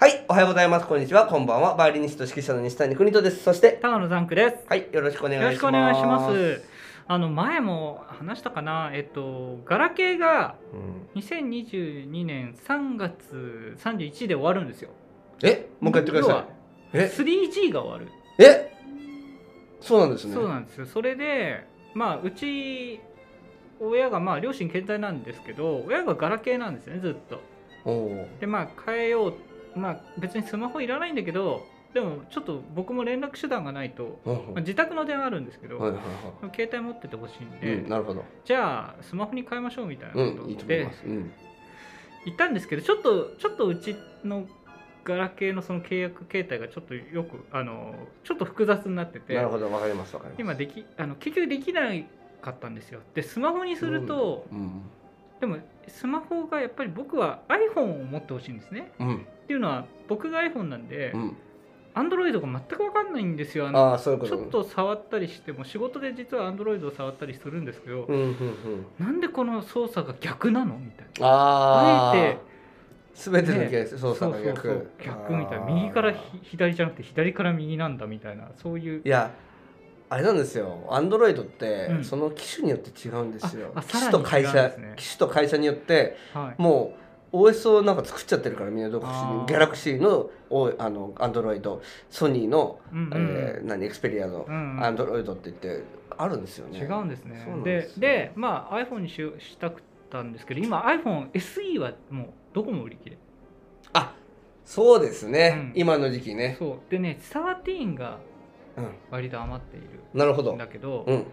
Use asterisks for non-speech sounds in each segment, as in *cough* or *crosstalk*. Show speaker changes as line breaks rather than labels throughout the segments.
はい、おはようございます。こんにちは。こんばんは。バイオリニスト指揮者の西谷邦人です。そして、
高野ザンクです。
はい、よろしくお願いし
よ
ま
ろ
す。
しくお願いします。あの前も話したかな、えっとガラケーが
うん
2022年3月31日で終わるんですよ。
え、もう一回言ってください。
要
え
は、3G が終わる。
え、そうなんですね。
そうなんですよ。それで、まあうち親がまあ両親健在なんですけど、親がガラケーなんですよねずっと。
おお。
でまあ変えよう、まあ別にスマホいらないんだけど、でもちょっと僕も連絡手段がないと、
うん
まあ、自宅の電話あるんですけど、
はいはいは
携帯持っててほしいん
い。
で。
うん、なるほど。
じゃあスマホに変えましょうみたいなこ
う
と
ん、いいと思い
で
ます。うん。
行ったんですけどちょっとちょっとうちのガラケーのその契約形態がちょっとよくあのちょっと複雑になってて
なるほど、わかります。わかります。
今できあの結局できなかったんですよでスマホにすると
うん。
でもスマホがやっぱり僕は iPhone を持ってほしいんですね
うん。
っていうのは僕が iPhone なんで
うん。
Android が全く分かんないんですよあの
ああ、そういうこ
ち
と。
ょっ。と触ったりしても仕事で実は Android を触ったりするんですけど
うん、うん、うん。
なんでこの操作が逆なのみたいな
ああ。
あえて。
すべてのケース、
そ
そううそ
そ
うう、
そ
逆
う。逆みたいな右からひ
あー
左じゃなくて左から右なんだみたいなそういう
いやあれなんですよアンドロイドって、
うん
その機種によって違うんですよ
ああ
機種と
さ
会
らに違うん
社、
ですね
機種と会社によって
はい
もう OS をなんか作っちゃってるからみんな独自
あー
にギャラクシーのおあのアンドロイドソニーの、
うんうん
えー何エクスペリアの
うんうん
アンドロイドって言ってあるんですよね、
違うんですね
そうなん
で
ですよ
でまあ iPhone にしようしたくったんですけど今 iPhoneSE はもうどこも売り切れ
あそうですね、
うん
今の時期ね、
そうでね13が
うん、
割と余っている
なるほど
んだけど
う、ん、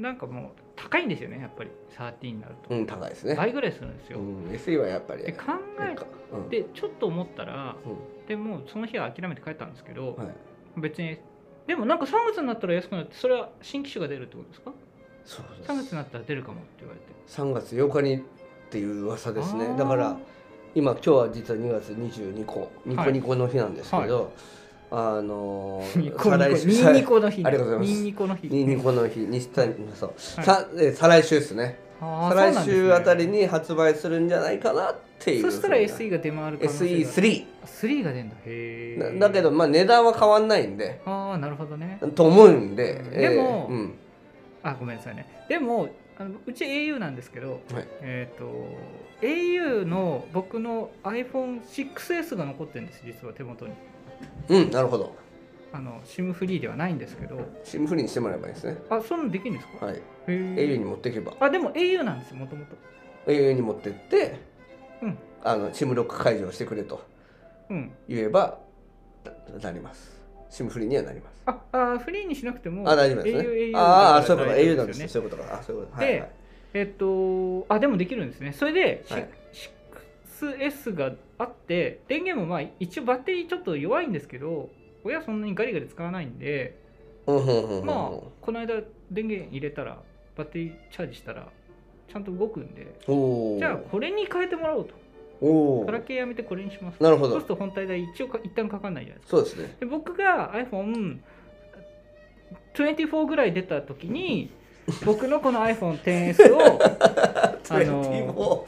なんかもう高いんですよねやっぱり13になると、
うん、高いですね、
倍ぐらいするんですよ、
うん、SE はやっぱり
で考
なん
え
かうん
てちょっと思ったら
う
でもうその日は諦めて帰ったんですけど、
んはい、
別にでもなんか3月になったら安くなってそれは新機種が出るってことですか
そうです
3月になったら出るかもって言われて
3月8日にっていう噂です
あ
ね
ー
だから今今日は実は2月22個ニコニコの日なんですけど、あのー
ニコ
再来
ニコ
週
ニンニコの日
ありがとうございます
ニンニコの日
ニンニコの日西谷そう、
はい
さえ再来週ですね
あー
再来週あたり
そうなんですね
に発売するんじゃないかなっていう
そしたら SE が出回る可能性が
SE3
3が出るんだへ
な
え
だけどまあ値段は変わんないんで
ああなるほどね
と思うんで、
でも
えーうん、
あごめんなさいねでもあのうち au なんですけど、
はい
えっ、と au の僕の iPhone6S が残ってるんです実は手元に
うん、なるほど
あの SIM フリーではないんですけど
シムフリーにしてもらえばいいですね
あそんなのできるんですか、
はい
へ
au
え
に持っていけば
あでも au なんですよもともと
au に持ってって、
うん
あのシムロック解除をしてくれと
うん
言えばななりますシムフリーにはなります
ああーフリーにしなくても
あ大丈夫ですね
au
ああ
だ
そ
か
ういうこと
ら大
au
丈
な
夫
んですね
よね
そういうことかあそういうこと
で
はいはい
えっとあでもできるんですねそれで、シ
はい
6S があって電源もまあ一応バッテリーちょっと弱いんですけど親はそんなにガリガリ使わないんで
うんうんうんうん
まあこの間電源入れたらバッテリーチャージしたらちゃんと動くんで
おお
じゃあこれに変えてもらおうと
おお
ガラケーやめてこれにします
なるほ
そうす
ど
ると本体代一応か一旦かかんないじゃないですか
そうですね
で僕が iPhone24 ぐらい出た時に僕のこの iPhone10S をあの
24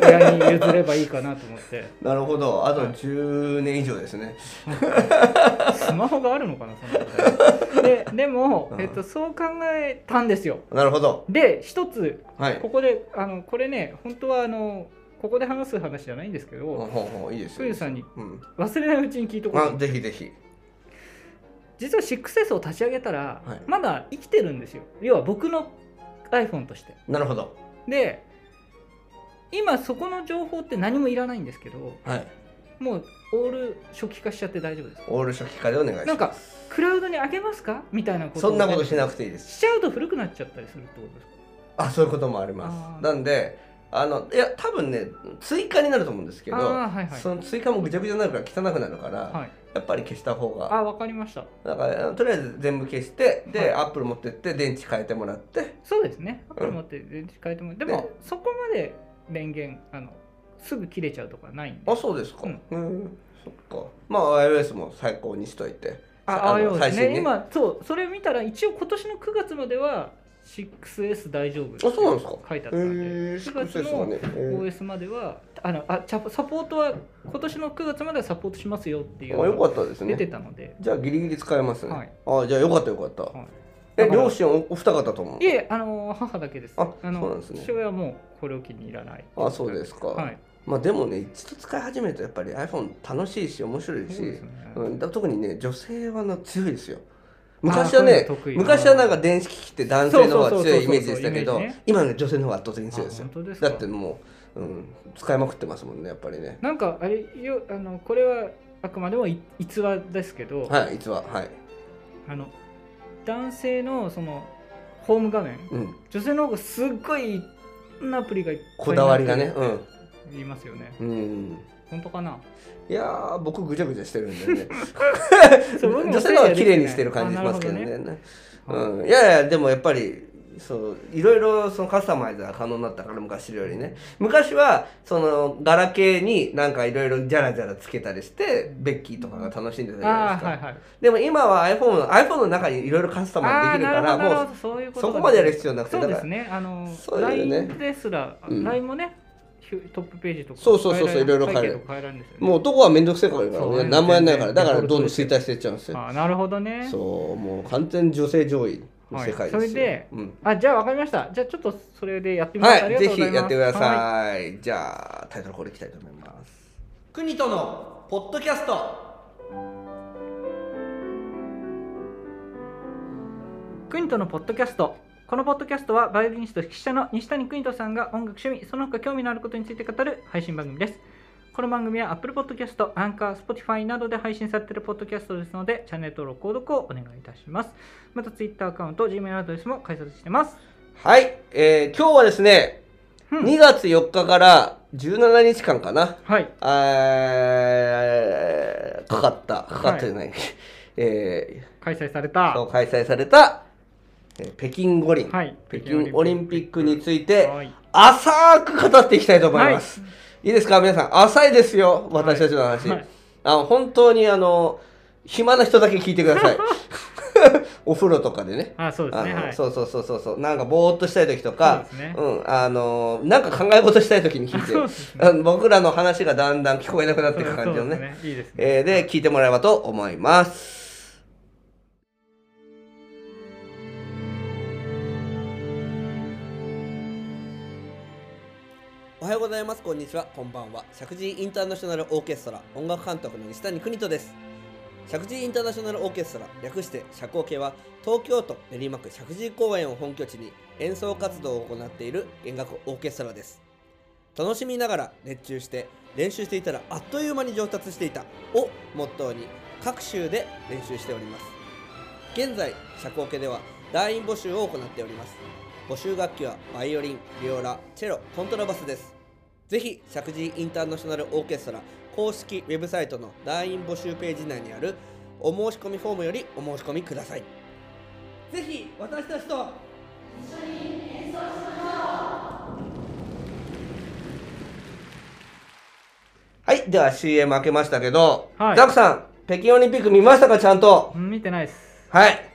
親に譲ればいいかなと思って
*laughs* なるほどあと
はい
10年以上ですね
スマホがあるのかなそんなことででも
う、ん
えっと、そう考えたんですよ
なるほど
で一つ
はい
ここであのこれね本当はあのここで話す話じゃないんですけ
ほうほ
ど
うほういいですよ
クイズさんに
うん
忘れないうちに聞いとこうと
あ
思って
ぜひぜひ
実は 6S を立ち上げたら、
はい
まだ生きてるんですよ要は僕の iPhone として
なるほど
で今そこの情報って何もいらないんですけど
はい
もうオール初期化しちゃって大丈夫です
オール初期化でお願いします
なんかクラウドに上げますかみたいなこと
そ
を
んなことしなくていいです
しちゃうと古くなっちゃったりするってことですか
あそういうこともあり
あ
ま
ー
すなんであのいや多分ね追加になると思うんですけど、
あーはいはい
その追加もぐちゃぐちゃになるから汚くなるから、
はい
やっぱり消した方
あ
が
わかりました
だからあのとりあえず全部消してで、
はい
アップル持ってって電池変えてもらって
そうですねア
ん
プリ持って電池変えてもでもそこまで電源あのすぐ切れちゃうとかないんで
あそうですか
うん
うんそっかまあ iOS も最高にしといて
ああ
の
ようです
最新
ね今そうそれ見たら一応今年の9月までは 6S 大丈夫って
あそうなんですか
書いて
え
あったんで
ー、
9
6S
月の
はね、え
OS まではあのあチャサポートは今年の9月まではサポートしますよってい
ー
う
あよ
の
か
が
ったです
出て
ね
たので、
じゃあギリギリ使えますね、
はい
あじゃあよかったよかった、
はい
え
だから
両親おお二方とも
いえあの母だけです
あ
の
そうなんですね
父親はもうこれを機にいらない
あそうですか
はい
まあでもね一度使い始めるとやっぱり iPhone 楽しいし面白いし
そうですね、
うん、だ特にね女性はな強いですよ昔はね
あーそういうの得意
昔はなんか電子機器って男性の方が強いイ
そうそうそうそう
メージでしたけ
イ
ど
メージね
今ね女性の方が圧倒的に強いです
あ
よ
本当ですか
だってもう、うん、使いまくってますもんねやっぱりね
なんかあれよあのこれはあくまでもい逸話ですけど、
はいいつははい
あの男性のそのホーム画面
うん
女性の方がすっごいいろんなアプリがいっぱい
こだわりがねうん
言いますよね
うん
本当かない
やー僕ぐちゃぐちゃしてるんでね
*laughs* そう僕も
女性の方が綺麗にしてる感じしますけどね
あなはい
うん、いやいやでもやっぱりそういろいろそのカスタマイズが可能になったから昔よりね昔はそのガラケーになんかいろいろジャラジャラつけたりしてベッキーとかが楽しんでたじゃないです
ああ
か、
はいはい
でも今は iPhone の iPhone の中にいろいろカスタマイズできるか
あ
ら
ーなるほどな
も
るほどそういう
う
こと
そこまでやる必要なくて
そ
だか
うで
ら
すねあの
そうだよね
LINE ですら
うん
LINE もねひゅトップページとか
そうそうそうそう
変えられ
いろいろ変える
背景とか変えられるんですよね
もう男は面倒くせえからね
そう
何もやんないから
全
だ
然
からどんどん衰退していっちゃうんですよ
あーなるほどね
そうもう完全に女性上位の世界ですよ、
はいそれで
うん
あじゃあわかりましたじゃあちょっとそれでやってみます、
はい、ぜひやってくだ
います
さい。じゃあ、タイトルこれいきたいと思います。国とのポッドキャスト。
クイントのポッドキャストこのポッドキャストはバイオリニスト指揮者の西谷クイントさんが音楽趣味その他興味のあることについて語る配信番組ですこの番組は Apple Podcast、Anchor、Spotify などで配信されているポッドキャストですのでチャンネル登録、購読をお願いいたしますまた Twitter アカウント、Gmail アドレスも開設してます
はい、えー今日はですね、
うん
2月4日から17日間かな、
はい
あーかかった、かかってない、え
開催され
ー
た
そう開催された、えー北京五輪、
はい
北京オリンピックについて、
はい
浅く語っていきたいと思います。いいですか皆さん、浅いですよ、私たちの話。
はい
あの本当にあの、暇な人だけ聞いてください。
*laughs*
お風呂とかでね。
あそうです
あ
ね
の
はい
そうそうそうそうそう。なんかぼーっとしたい時とか
そうですね、
うん、あの、なんか考え事したい時に聞いて
そうですね
あの、僕らの話がだんだん聞こえなくなっていく感じの
そうです
ね。
いいですね
えーで、聞いてもらえればと思います。おはようございます。こんにちは。こんばんは。石神井インターナショナルオーケストラ音楽監督の西谷邦人です。石神井インターナショナルオーケストラ略して社交系は東京都練馬区石神井公園を本拠地に演奏活動を行っている弦楽オーケストラです。楽しみながら熱中して練習していたらあっという間に上達していたをモットーに各州で練習しております。現在社交系では団員募集を行っております。募集楽器はバイオリン、ビオラ、チェロ、コントラバスです。ぜひ、石神井インターナショナルオーケストラ公式ウェブサイトの団員募集ページ内にあるお申し込みフォームよりお申し込みください。ぜひ、私たちとはい、では CM 開けましたけど、
はい
ザクさん、北京オリンピック見ましたか、ちゃんと。
うん見てないです
はい。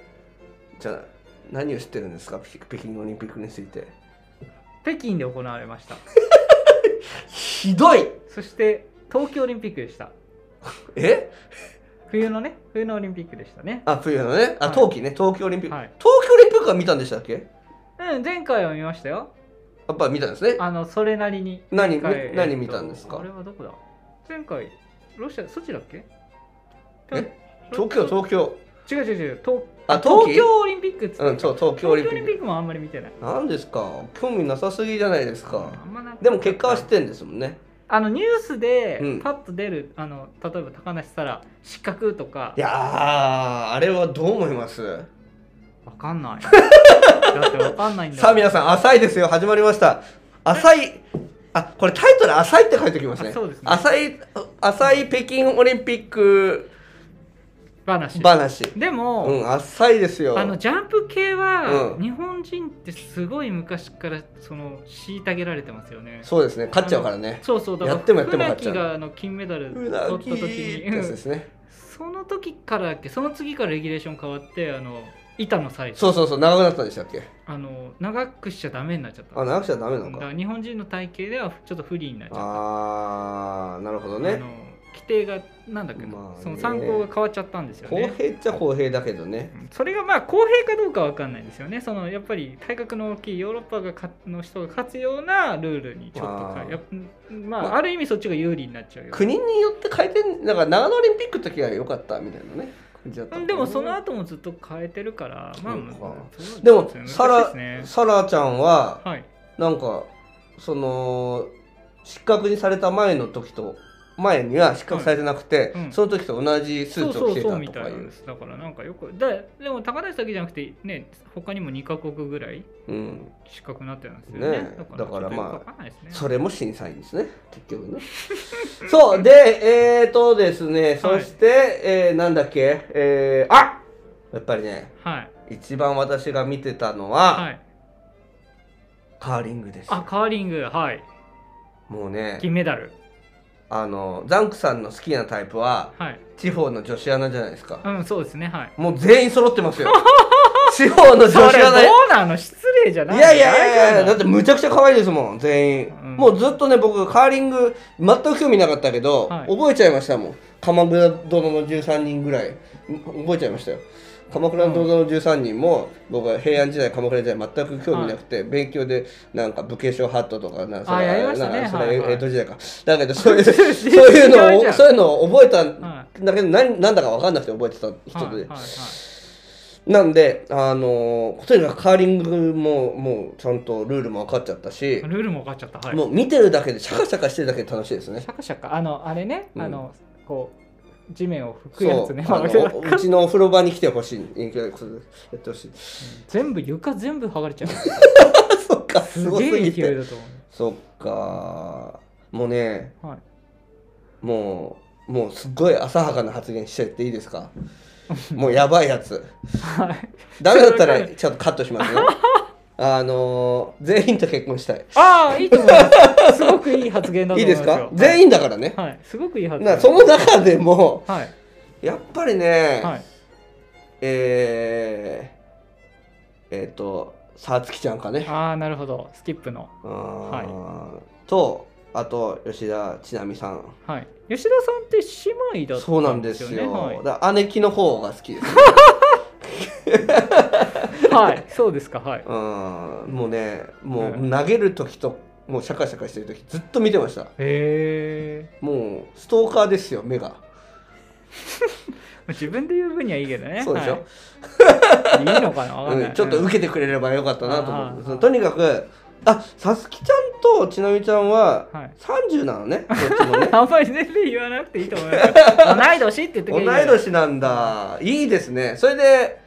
じゃあ、何を知ってるんですか、北北京オリンピックについて。
北京で行われました
ひどい
そして東京オリンピックでした
え
冬のね冬のオリンピックでしたね
あ、冬のね。あ、
はい
冬季ね。冬季オリンピック。
はい
東京オリンピックは見たんでしたっけ
うん前回は見ましたよ
やっぱり見たんですね。
あのそれなりに
何
前回
み何
えっと
見たんですか
あれはどこだ前回ロシアソチだっけ
え東京、東京。
京違う違う違う東
あ冬季
東京オリンピックっつって
うん、そう、東京オリン
東
ピ
京オリン
ッ
ピ
ク。
ックもあんまり見てない
何ですか興味なさすぎじゃないですか。
あんまなんか
でも結果は知ってんですもんね。
あのニュースで
うん
パッと出る、あの例えば高梨沙羅失格とか
いやー、あれはどう思います
わかんないだってわかんないんだ
さあ皆さん、浅いですよ。始まりました。浅い。あ、これタイトル浅いって書いておきますね。
あそうですね
浅い、浅い北京オリンピック
話
話。
でも、
うん、浅いですよ。
あのジャンプ系は、
うん
日本人ってすごい昔からその虐げられてますよね。
そうですね。勝っちゃうからね。
そうそうだから
やってもやっても
船
勝っちゃ
木
う
があの金メダル取
う
っ
な
た時
ぎー
に
ってやつですね。
その時からだっけその次からレギュレーション変わってあの板のサイズ
そうそうそう長くなったんでしたっけ
あの長くしちゃダメになっちゃった
あ長くちゃダメな
だ
の
か
から
日本人の体型ではちょっと不利になっちゃった
あーなるほど
あ
ね
の規定がなんだっけな、
まあね
その参考が変わっちゃったんですよ
公
ね
平っちゃ公平だけどね
うんそれがまあ公平かどうかは分かんないですよねそのやっぱり体格の大きいヨーロッパがかの人が勝つようなルールにちょっと
ま
か
あ
やっま
ま
あ
あ
ある意味そっちが有利になっちゃうよ
国によって変えてんだから長野オリンピックの時は良かったみたいなね感じだった
うんでもその後もずっと変えてるからまあ
そうか
そう
でも
そうですね
サ
難し
ラ
いですね
サラちゃんは
はい
なんかその失格にされた前の時と前には失格されてなくて、
うんうん
その時と同じス
そ
ー
う
ツを
そ
着
う
て
そう
た
み
と
た
か
い
い
なん
う
ですだからなんかよくででも高梨だけじゃなくてね他にも2カ国ぐらい
うん、
失格になってるんですよ
ね
ね
え
だ
だ
か
から
ら
まあ
ちょっとよくわかんないですね
それも審査員ですね結局ね *laughs* そうでえーとですねそして、えーなんだっけえー、あやっぱりね
はい
一番私が見てたのは、
はい
カーリングです
あカーリングはい
もうね
銀メダル
あのザンクさんの好きなタイプは
はい
地方の女子アナじゃないですか
うんそうですねはい
もう全員揃って
*laughs*
ますよ地方の女
そ
子
れ
アナ
どうなの失礼じゃない
いやいやいやいやだっててむちゃくちゃ可愛いですもん全員、
うん
もうずっとね僕カーリング全く興味なかったけど、
はい
覚えちゃいましたもん鎌倉殿の13人ぐらいん覚えちゃいましたよ鎌倉殿の13人も、僕は平安時代鎌倉時代全く興味なくて、勉強でなんか武家商ハットとかなんかそれ
やりました
な
ね
んかそ
はい
れ
はい
江戸時代か、だけどそういう
*laughs*
そういう
然違う
の
じゃ
を
ん
そういうのを覚えたん
は
だけど何なんだか分かんなくて覚えてた
い
人で、
はいはいはい
なんで、あのーとにかくカーリングももうちゃんとルールも分かっちゃったし、
ルールも分かっちゃったはい
もう見てるだけでシャカシャカしてるだけで楽しいですね
シ。ャカシャカあのあれね、
うん
あのこう地面を拭く
そ
や
う
つね
あ
*laughs*
の
わかる
うちのお風呂場に来てほしいいやそれやってほしい
全部床全部剥がれちゃう
そっかす
す
ごす
げえ
ぎ
勢い
て
だと思
そっかもうね
う、はい、
もうもうすっごい浅はかな発言しちゃっていいですかもうやばいやつ
はい
ダメだったらちょっとカットしますねあのー全員と結婚したい
ああいいと思いますすごくいい発言だと
いい
思い
で
ますすよ
か全員だからね
はい、はい、すごくいい発
な
言
その中でも
はい
やっぱりね、
はい
えー、えっ、とさつきちゃんかね
ああなるほどスキップの
うーんとあと吉田知那美さん
はい吉田さんって姉妹だった
そうなんですよ
ねはい
だから姉貴の方が好き
*laughs*
です、ね、
はい、そうですかはいう
ーんもうねも
う
う投げる時ともうシャカシャカしてる時ずっと見てました
へえ
もうストーカーですよ目が
自分で言う分にはいいけどね
そうでしょ、
はい、いいのかなわかん
う
ない
ん、ちょっと受けてくれればよかったなと
あ
思
ー
ってとにかくあさつきちゃんとちなみちゃんは
うんはい
30なのねどっちもね
あんまり全然言わなくていいと思い
*laughs*
ます。同い年って言ってく
同
れ
い
る。
年なんだいいですねそれで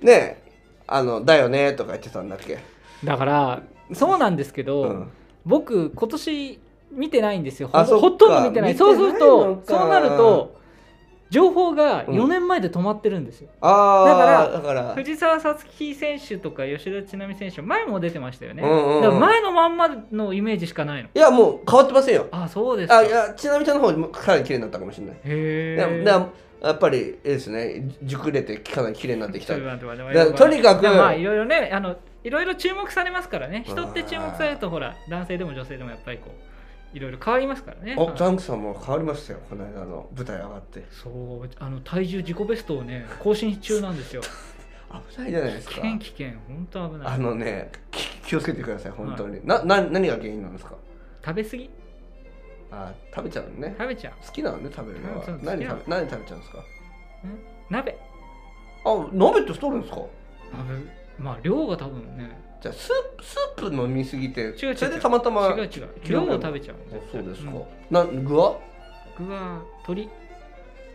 ねあの「だよね」とか言ってたんだっけ
だから、そうなんですけど、
うん
僕、今年見てないんですよ。ほ
あそっか
ほとんど見てない。
見てな
そう
い
する
の
と
か、
そうなると、情報が
うん
4年前で止まってるんですよ。
ああだ
だ
からだから
藤澤五月選手とか吉田知那美選手、前も出てましたよね。
うんうんうん
だから前のまんまのイメージしかないの。
いやもう変わってませんよ
あ、そうですか。
あい
へ
やちなみちゃんの方もかなり綺麗になったかもしれないいや
え。
だからやっぱりえですね熟れてかなり綺麗になってき
ち
た
ょっと待って待って
だか
待っ
ら
て
とにかく
でもまあいろいろねあのいろいろ注目されますからね人って注目されるとほら男性でも女性でもやっぱりこういろいろ変わりますからね
お
あ
ジャンクさんも変わりましたよこの間の舞台上がって
そうあの体重自己ベストをね更新中なんですよ
危ないじゃないで
危
すか
険危険本当危な
あ
い
のねき気をつけてください本当に、なな何が原因なんですか
食べ過ぎ
あー食べちゃうのね
食べちゃう
好きなのね食べるのは
うんそう
何
好きなの
食べ何食べちゃうんですか
鍋
あ鍋って太るんですか
鍋まあ量が多分ね
じゃあスープスープ飲みすぎて
違う違う
それでたまたま
違う違う量を食べちゃう
あそうですか、
ん
な具は
僕は鶏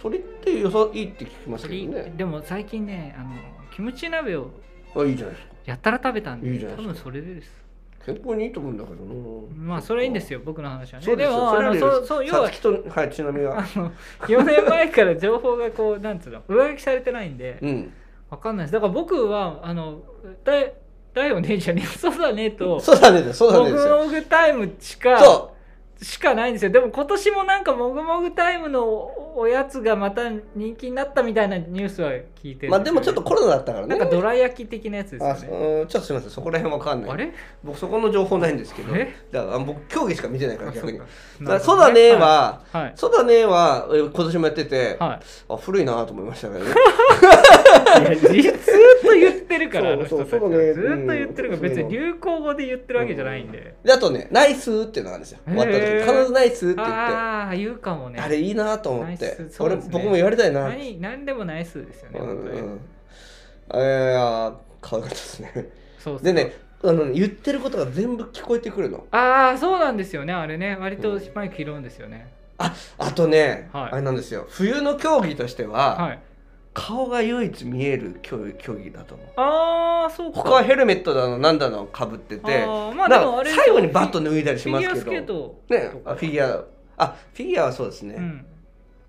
鶏って良さいいって聞きますけ
鶏
どね
でも最近ねあのキムチ鍋を
あいいじゃないですか
やったら食べたんで
いいじゃな
多
いですか
分それでです
健康にいいと思うんだけどな
まあそれはいいんですよ僕の話はね
そうですよ
も
そ
あ
れよ
の
り
そうそう要
さ
は
つきとはいちなみが
あの4年前から情報がこう *laughs* なんつうの上書きされてないんで
うん
わかんないですだから僕はあのだいだよねじゃねえそうだねと
そうだねそうだ
も
ね
ぐ
ですよ
もぐタイムしか
そ
しかないんですよでも今年もなんかもぐもぐタイムのおやつがまた人気になったみたいなニュースは聞いてる
まあでもちょっとコロナだったから
な
ね
んかどら焼き的なやつです
あ
よ
そ
ね
うんちょっとすみませんそこら辺わかん
あ
ない
れ
僕そこの情報ないんですけどだ
え
からあ僕競技しか見てないから逆にだ
あ
からそうだねーは
はい
そうだねーはえー今年もやってて
はい
あ古いなと思いましたけどね
いやずーっと言ってるからあの
そ
人た
う
ち
そうそ
は
うだね
ずーっと言ってるから
うん
別に流行語で言ってるわけじゃないんで
であとね「ナイス」っていうのがあるんですよ終わった時
へー
必ず「ナイス」って言ってあ
ああ言うかもね
れいいなと思っ
ナ
て
イスそう
俺
ですね
僕も言われたいな
何何でもない数ですよね
うん
本当
う
に
んえーあー可愛かったですね
そうそう
でねあのね言ってることが全部聞こえてくるの
ああそうなんですよねあれね割
う
と
ん
マイク拾うんですよね
あとね、
はい
あれなんですよ冬の競技としては、
はい
顔が唯一見える競競技だと思う
ああそうか
他はヘルメットだのなんだのかぶってて
あーま
な
あ
ん
でもあ
か
れ
最後にバット
フ
脱いだりし
ィ
ま
ギュ
す
ア
け
ス
ど
ケート
ね
とか
あフィギュアあフィギュアはそうですね、
うん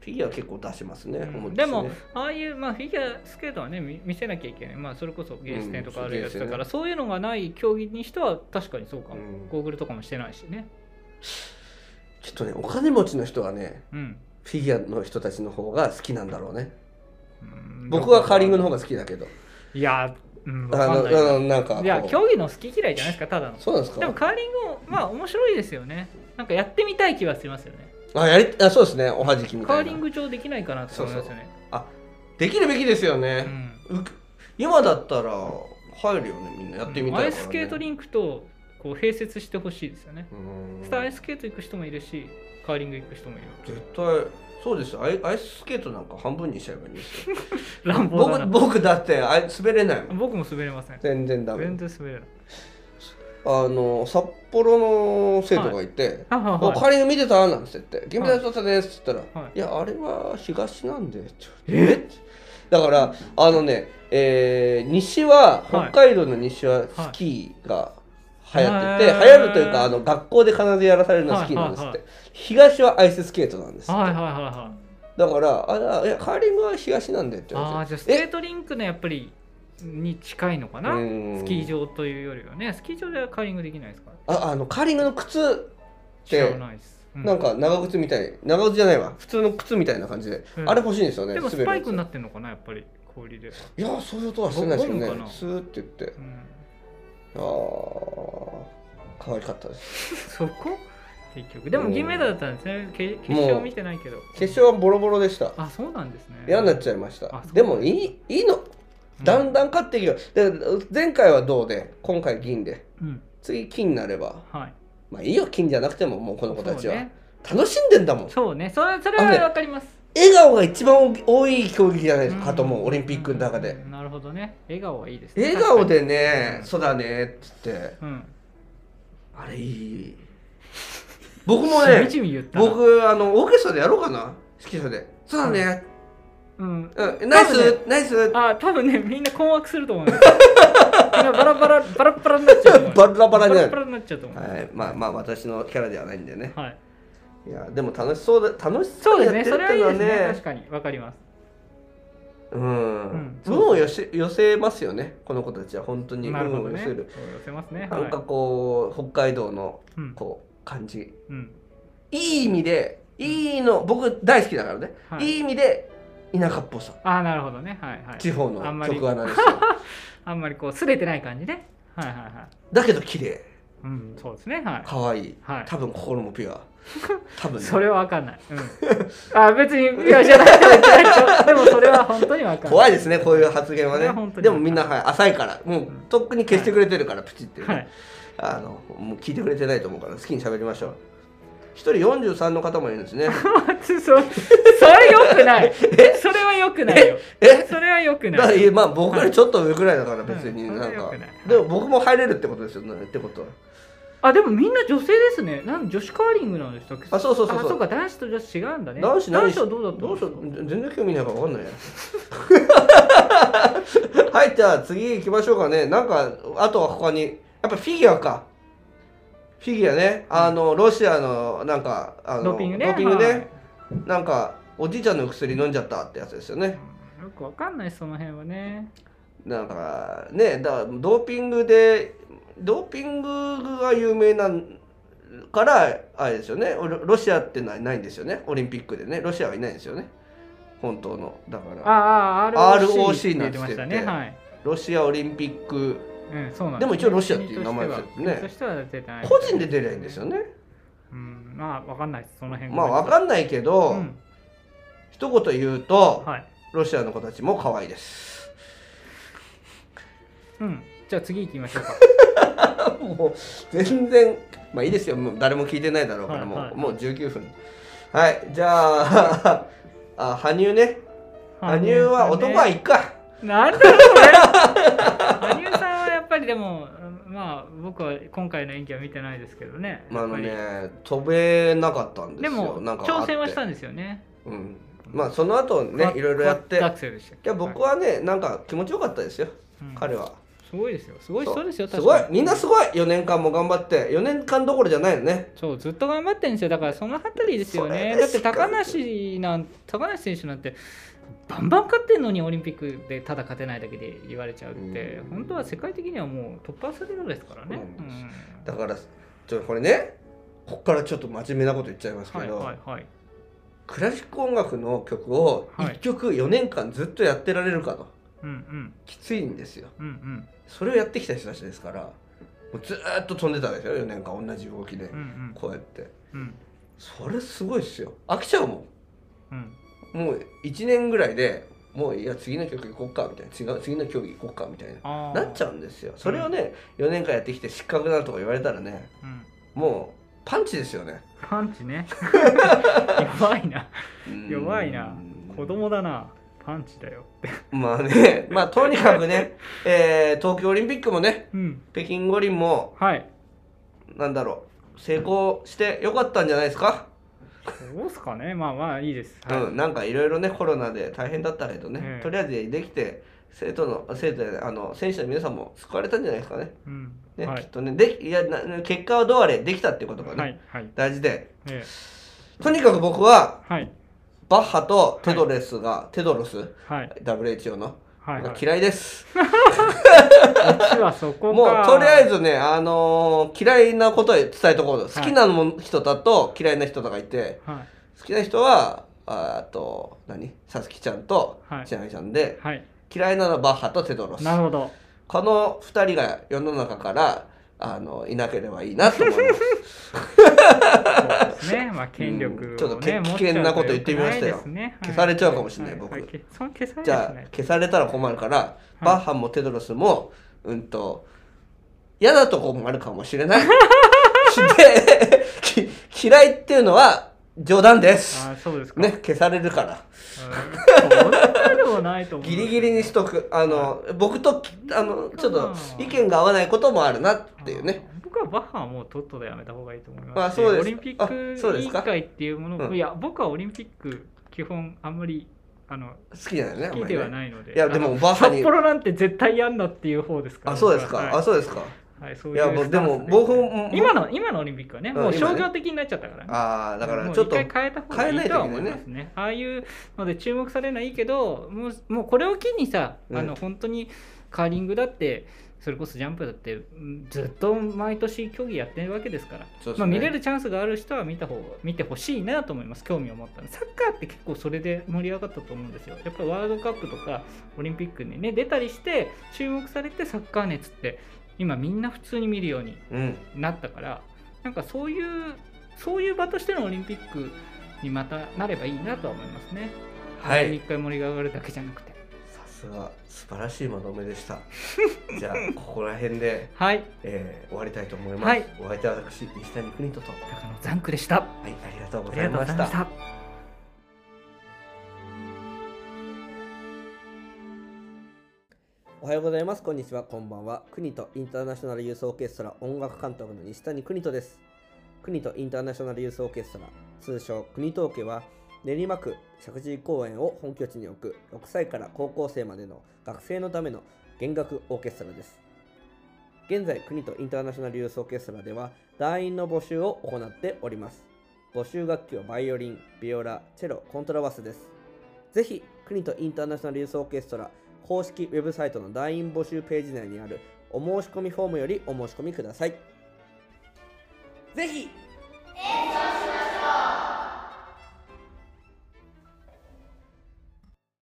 フィギュアは結構出しますね、
う
思い
ん
っきり
でも
ね、
ああいう、まあ、フィギュアスケートはね、み見せなきゃいけない、まあ、それこそゲーステンとかあるやつだから、
うん
そういうのがない競技にしては、確かにそうかも、
うん
ゴーグルとかもしてないしね。
ちょっとねお金持ちの人はね
うん、
フィギュアの人たちの方が好きなんだろうね
うん
僕はカーリングの方が好きだけど
いや、うん、
あ
わかん
の
な
あ
いな
のなんかこう
いや、競技の好き嫌いじゃないですか、ただの。
そうなんです
でも
か
カーリングも、まあ、面白いですよね。なんかやってみたい気はしますよね。
あやりあそうですねおはじきみ
カ
た
ー
い
リン
な
グ場できないかなと思いますよね。
できるべきですよね、
うん
う今だったら入るよねみんなやってみたいから、ね
アイスケートリンクとこう併設してほしいですよね。
うん
スターアイスケート行く人もいるし、カーリング行く人もいる。
絶対そうですよアイアイススケートなんか半分にしちゃえばいいんですよ
乱暴だ
僕
な
僕だってあい滑れないもん
僕も滑れません。
全然ダメ
全然滑れない。
あの札幌の生徒がいて「
あは
おカーリング見てた?」なんて言って「銀メダル取ったです」って言ったら「
はい
い、やあれは東なんで」って言われて
え
だからあのね、えー西は
はい
北海道の西はスキーが流行ってて、
はいへー
流行るというかあの学校で必ずやらされるのはスキーなんですって、
はいは
東はアイススケートなんですって、
はいはいはいはい。
だからあいやカーリングは東なんでって言
あ
わ
あ
れて
ー、じゃあスケートリンクのやっぱりに近いのかな。
うん
スキー場というよりはね、スキー場ではカーリングできないですから。
ああのカーリングの靴
知
で
らないです。う
なんか長靴みたい長靴じゃないわ普通の靴みたいな感じで、
うん
あれ欲しいんですよね
でも
滑
ス
る
パ
や
イ
つ
クになってんのかな、やっぱり氷で。
いやそういう音はしてないですよ
ゴムか
ね
な
スーって言って
うん、 *laughs*
あー可愛かったです
そこ結局。でも銀メダルだったんですね。け決
も
勝
う
見てないけど。
決勝はボロボロでした
あ、そうなんですね。
嫌になっちゃいました
あそう
でもいいいいの
うん
だんだん勝っていくよで前回は銅で今回銀で
うん。
次金になれば
はい。
まあいいよ金じゃなくてももうこの子たちは、
そうね。
楽しんでんだもん
そうね。それそれ
あのね
はわかります。
笑顔が一番多い競技じゃないかと思うオリンピックの中で
うんなるほどね笑顔はいいですね
笑顔で
う
ね
ん
そうだねっつって
確かにうん
あれいい僕
*laughs*
もね
みじみ言ったな
僕あのオーケストラでやろうかな指揮者でそうだね、
うん
うん、ナイス、
多分ね
ナイス
あ多分ねみんな困惑すると思うんですよみんなバラバラバラ *laughs* バラになっちゃうと思う
バラ *laughs* バラになる
バラバラになっちゃうと思う
はいまあまあ私のキャラではないんでね
はい
いやでも楽しそうだ楽し
そ
そう
う
に
で
や
す
ってる
ね
って
それ
の
はいい
は
です
ね
ね確かにわかります
うん、
うん
運を寄せ寄せますよねこの子たちは本当に
なる
運を
ほど
寄
ね
せ
そう
る
寄せますね
なんか
はい
こう北海道の
うん
こう感じ
うん
いい意味でいいの僕大好きだからね、、
はいい
い意味で田舎っぽさ
あなるほどねはいはい
地方の
あんまり *laughs*
曲はなんですよ
あんまりこうすれてない感じねはいはいはい
だけど綺麗
うんそうですねはい
可愛い
はい
多分心もピ
*laughs*
ュア多分ね
それは分かんない。うん、あ別にいやじゃなくてもいけないでもそれは本当に分かんない。
怖い
い。
ですねこういう発言は
それ
ね
は本当に
でもみんな、はい、浅いからもうとっくに消してくれてるから、プチってね、
はい。
あのもう聞いてくれてないと思うから好きに喋りましょう一人43の方もいるんです
*laughs*
ね
そそれは良くない。それは良くないよ。
え
それは良く
だ
ない。
まあ僕よりちょっと上くらいだから
い
別に
うん
なん
それは
か、
良くないはい
でも僕も入れるってことですよねってことは
あでもみんな女性ですね。なん女子カーリングなんでしたっけ？
あそうそうそう
あ
そう
そうか男子と女子違うんだね。
男子何し
はどうだった
ど
の
うしよう全然興味ないから分かん *laughs* ないやはいじゃあ次行きましょうかねなんかあとは他にやっぱフィギュアかフィギュアねあのロシアのなんかあの
ドーピングね。
ドーピングね、
はい
なんかおじいちゃんの薬飲んじゃったってやつですよね
うんよく分かんないその辺はね。
なんかねだからドーピングでドーピングが有名なんからあれですよねロロシアってないないんですよねオリンピックでねロシアはいないんですよね本当のだから
ああ、ROC っ
ROC
て
なん
言っ
つってて
ましたね。はい。
ロシアオリンピック
うん、そうなん
でも一応ロシアっていう名前
で
ですす
よ
よ
ね。
ね
国としては出てない。
個人で出りゃいいんですよ。ね
うん、まあ、わかんないです。その辺
まあわか
ん
んないけど、
うん、
一言言うと、
はい。
ロシアの子たちも可愛いです。 *laughs*
うん。じゃあ次行きま
*laughs*
しょうか。
もう全然まあいいですよもう誰も聞いてないだろうから、
はいはい
もうもう19分はいじゃあ *laughs* あ羽生ね羽生は男はい
い。
いか
なんだろう、これ。羽生さんはやっぱりでも、うんまあ、僕は今回の演技は見てないですけどね。
まああの
やっぱ
ね飛べなかったん
り
です
で
よ
も、
なんか
挑戦はした
ん
んですよね。
うんまあその後ね
クワ
いろいろやって
ク
い
ワッドアクセルでしたっけ
や僕、はねなんか気持ちよかったですよ、
うん
彼は
すごいですよ。すごい人ですよ、
すごい
確かに
みんなすごい4年間も頑張って4年間どころじゃないよね
そうずっと頑張ってるんですよだからその辺りですよね
それ
だ
で
っ
す
て高梨なん高梨選手なんてバンバン勝ってんのにオリンピックでただ勝てないだけで言われちゃうって、
うん
本当は世界的にはもうトップアスリートですからね、
そうなんです
うん
だからちょこれねこっからちょっと真面目なこと言っちゃいますけ
はい
ど、
はいはい
クラシック音楽の曲を
はい
1曲4年間ずっとやってられるかと、
うんうん
きついんですよ
うんうん
それをやってきた人たちですからもうずーっと飛んでたんですよ4年間同じ動きで
うんうん
こうやって
うん
それすごいですよ飽きちゃうも
うん
んもう1年ぐらいでもういや次の曲行こっかみたいな違う次の競技行こっかみたいな
あ
なっちゃ
う、
うんですよそれをね4年間やってきて失格だとか言われたらね
うん、
もうパンチですよね
パンチねやばいな
うん
弱いな子供だなパンチだよ
まあ
*laughs*
ねまあとにかくね、えー東京オリンピックもね
うん
北京五輪も
はい
なんだろう成功してよかったんじゃないですか、
どうっすかねまあまあいいです、はい
うん、なんかいろいろねコロナで大変だったけどね、
ええ
とりあえずできて生徒の生徒やあの選手の皆さんも救われたんじゃないですかね
うん
ね、
は
きっ
い
とねでいやな結果はどうあれできたっていうことがね、
はいはい
大事で
ええ
とにかく僕は
はい
バッハとテドレスが、テドロス
はい。
WHO の、
はい、はい。
が嫌いです
こっちはそこか。
もうとりあえ
ず。
ずね、あのー嫌いなことを伝えとこうと好きなもん人だと嫌いな人とかいて、
は
好きな人はああと何さつきちゃんと
はい
ちなみちゃんで
い。、はい。
嫌いなのはバッハとテドロス
なるほど。
この2人が世の中からあのいなければいいなと思い
*laughs*
ます
そうですね。まあ、権力を、ね
うんちょっとけ
持ちゃう
危険なこと言ってみましたよ
良くないですね
消されちゃうかもしれない
は
僕
はけそん消され
じゃ
な
あ
いですね。
消されたら困るからバッハもテドロスもうんと嫌なとこもあるかもしれない
*laughs*
でき嫌いっていうのは冗談です
ああ、そうですか。
ね消されるから
うん。そんなでもないと思う。
ギリギリにしとくあの、僕とあのちょっと意見が合わないこともあるなっていうね
あー。僕はバッハはもうとっとでやめた方がいいと思いますし。
あそうです
オリンピッ
あそう
ク委
です
員
か
会っていうものを、
うん
いや、僕はオリンピック基本あんまり、あの、
好きじゃないね
好きではいないので。
いやでもバッハ
札
に
幌なんて絶対やんなっていう方ですから。
あそうです
僕は
か
はい
あそうですか
はい、そう
い
いう
やもう
ス
で
タンス
も僕も
今の今のオリンピックはね、
うん
もう
今
商
ね
業的になっちゃったからね。
ああだからちょっと
もう一回変えた方がいいとは思いますね。ああいうので注目されないけど、もうもうこれを機にさ、あ
う
の
ん
本当にカーリングだって、それこそジャンプだって、うんずっと毎年競技やってるわけですから、
そうですね
まあ、見れるチャンスがある人は見た方見てほしいなと思います、興味を持ったの。サッカーって結構それで盛り上がったと思うんですよ。やっぱりワールドカップとかオリンピックにね、出たりして、注目されてサッカー熱って、今みんな普通に見るように
うん
なったからなんかそういうそういう場としてのオリンピックにまたなればいいなとは思いますね。
は
一
い
回盛りが上がるだけじゃなくて。
さすが素晴らしいまとめでした
*laughs*
じゃあここら辺で、
はい、
えー終わりたいと思います、
はい
お相手は私西谷邦人とはい
高野ザンクでした。あ
ありがとうご
り
ざ
が
い
とうご
ま
ざ
し
いま
た
した。
おはようございます。こんにちは。こんばんは。国とインターナショナルユースオーケストラ音楽監督の西谷邦人です。国とインターナショナルユースオーケストラ、通称国東家は、練馬区石神井公園を本拠地に置く6歳から高校生までの学生のための弦楽オーケストラです。現在、国とインターナショナルユースオーケストラでは、団員の募集を行っております。募集楽器はバイオリン、ビオラ、チェロ、コントラバスです。ぜひ、国とインターナショナルユースオーケストラ公式ウェブサイトの団員募集ページ内にあるお申し込みフォームよりお申し込みください。ぜひ